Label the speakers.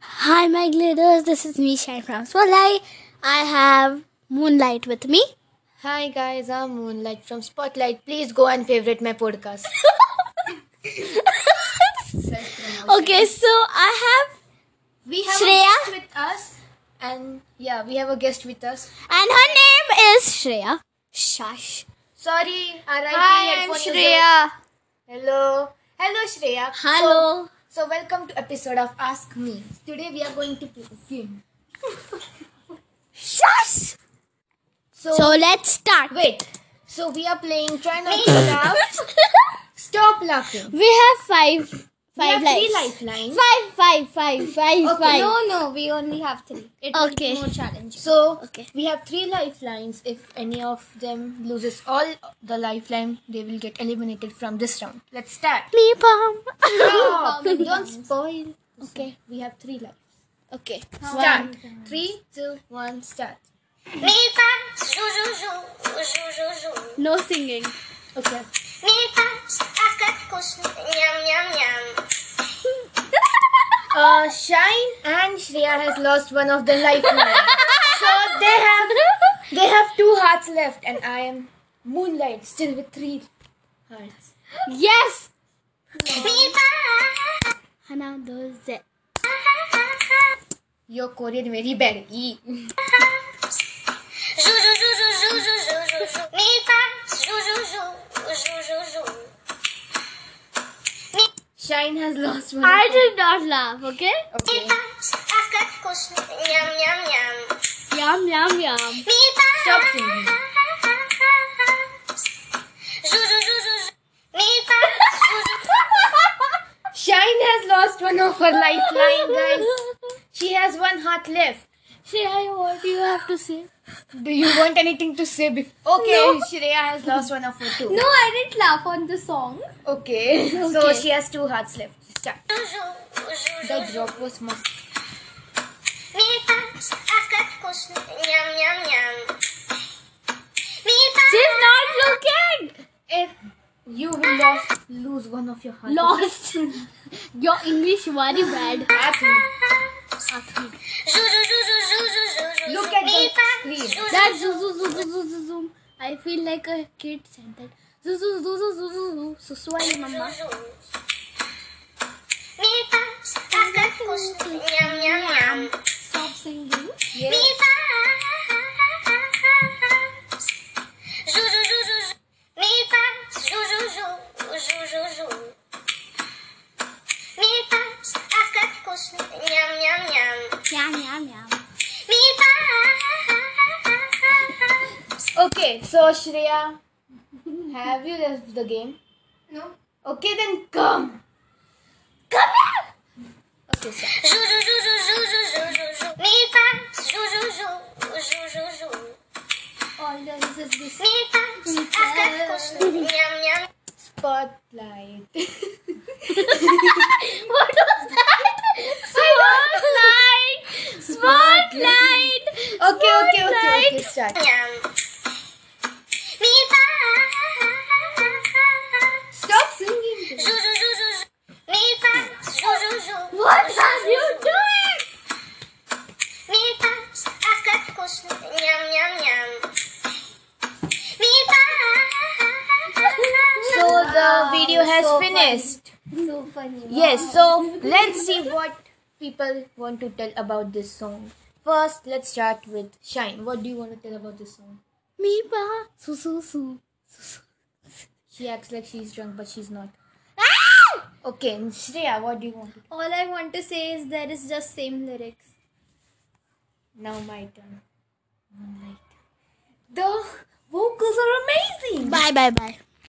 Speaker 1: Hi, my gliders. This is me, Shine from Spotlight. I have Moonlight with me.
Speaker 2: Hi guys, I'm Moonlight from Spotlight. Please go and favorite my podcast.
Speaker 1: Okay, so I have
Speaker 2: We have
Speaker 1: Shreya?
Speaker 2: a guest with us, and yeah, we have a guest with us.
Speaker 1: and her name is Shreya. Shush.
Speaker 2: Sorry, our IP headphone is off. Hello, hello Shreya.
Speaker 1: Hello.
Speaker 2: So, so welcome to episode of Ask Me. Today we are going to play a game.
Speaker 1: Shush.
Speaker 2: So,
Speaker 1: So let's start.
Speaker 2: wait. So we are playing Try Not to Laugh. Stop laughing.
Speaker 1: we have five, five
Speaker 2: we have
Speaker 1: lights.
Speaker 2: three lifelines.
Speaker 1: Five, five, five, five, five.
Speaker 2: no, we only have three. It
Speaker 1: will Okay. be more
Speaker 2: challenging. So
Speaker 1: Okay.
Speaker 2: we have three lifelines. If any of them loses all the lifeline, they will get eliminated from this round. Let's start.
Speaker 1: Me bomb.
Speaker 2: Don't spoil.
Speaker 1: Okay.
Speaker 2: We have three lives.
Speaker 1: Okay.
Speaker 2: Start. Three, two, one, start.
Speaker 3: Me pumps, zoo zoo zoo, zoo zoo zoo.
Speaker 1: No singing.
Speaker 2: Okay.
Speaker 3: Me pumps, I've got goose, yum yum yum.
Speaker 2: Uh, Shine and Shreya has lost one of the lifeline. so they have they have two hearts left, and I am Moonlight still with three hearts.
Speaker 1: Yes.
Speaker 3: Me pumps,
Speaker 1: Hana, those it.
Speaker 2: Your Korean very bad. E.
Speaker 3: zoo zoo zoo zoo zoo zoo zoo zoo zoo. Me pumps, zoo zoo zoo, zoo zoo zoo.
Speaker 2: Shine has lost one.
Speaker 1: I did not laugh. Okay.
Speaker 3: Me
Speaker 2: Okay.
Speaker 3: pumps, I've got goose, yum yum yum.
Speaker 1: Yum yum yum.
Speaker 3: Me pumps.
Speaker 2: Stop singing.
Speaker 3: Zoo zoo zoo zoo zoo. Me pumps, zoo zoo.
Speaker 2: Shine has lost one of her lifeline, guys. She has one heart left.
Speaker 1: Shreya, what do you have to say?
Speaker 2: Do you want anything to say? Before? Okay,
Speaker 1: No.
Speaker 2: Shreya has lost one of her two.
Speaker 1: No, I didn't laugh on the song.
Speaker 2: Okay. So
Speaker 1: Okay.
Speaker 2: she has two hearts left. Start.
Speaker 3: Zoo zoo zoo zoo.
Speaker 2: The drop was must.
Speaker 3: Me pumps, I've got goose, yum yum yum. Me
Speaker 1: She's
Speaker 3: pumps,
Speaker 1: not looking.
Speaker 2: It. You will lost, lose one of your hearts.
Speaker 1: Lost. Your English very bad.
Speaker 3: zoo zoo zoo zoo zoo zoo zoo zoo.
Speaker 2: Look at
Speaker 3: Me
Speaker 2: the
Speaker 3: pumps,
Speaker 2: screen.
Speaker 3: zoo zoo.
Speaker 1: That zoom zoom zoom zoom zoom zoom zoom. I feel like a kid said that. Zoom zoom zoom zoom zoom zoom zoom. So sorry, mama.
Speaker 3: Me pumps, I've got goose, yum yum yum.
Speaker 1: Stop singing.
Speaker 3: Me
Speaker 2: Yes.
Speaker 3: pumps, zoo zoo zoo zoo zoo. Me pumps, zoo zoo zoo zoo zoo zoo. Me pumps, I've got goose, yum yum yum.
Speaker 1: Yum yum yum.
Speaker 3: Me pumps.
Speaker 2: Okay. So Shreya, have you left the game?
Speaker 3: No.
Speaker 2: Okay, then come.
Speaker 1: Come here.
Speaker 2: Okay, start.
Speaker 3: Zoo zoo zoo zoo zoo zoo zoo zoo zoo. Me pumps, zoo zoo zoo zoo zoo zoo.
Speaker 1: All there is is this.
Speaker 3: Me pumps, I've got goose, yum yum.
Speaker 2: Spotlight.
Speaker 1: What was that? Spotlight. Spotlight.
Speaker 2: Okay, okay, okay, okay.
Speaker 1: Spotlight.
Speaker 2: Start.
Speaker 3: Yum. Me pumps.
Speaker 2: Stop singing.
Speaker 3: Zoo, zoo, zoo, zoo, zoo. Me pumps. Zoo, zoo, zoo.
Speaker 1: What are you doing?
Speaker 3: Me pumps. I've got goose. Yum, yum, yum. Me pumps.
Speaker 2: So the video has finished.
Speaker 1: So Ah, funny.
Speaker 2: Yes, so let's see what people want to tell about this song. First, let's start with Shine. What do you want to tell about this song?
Speaker 1: Me pa su su su.
Speaker 2: She acts like she's drunk, but she's not.
Speaker 1: ah!
Speaker 2: Okay, and Shreya, what do you want to tell?
Speaker 1: All I want to say is there is just same lyrics.
Speaker 2: Now my turn. Moonlight.
Speaker 1: The vocals are amazing. Bye bye bye.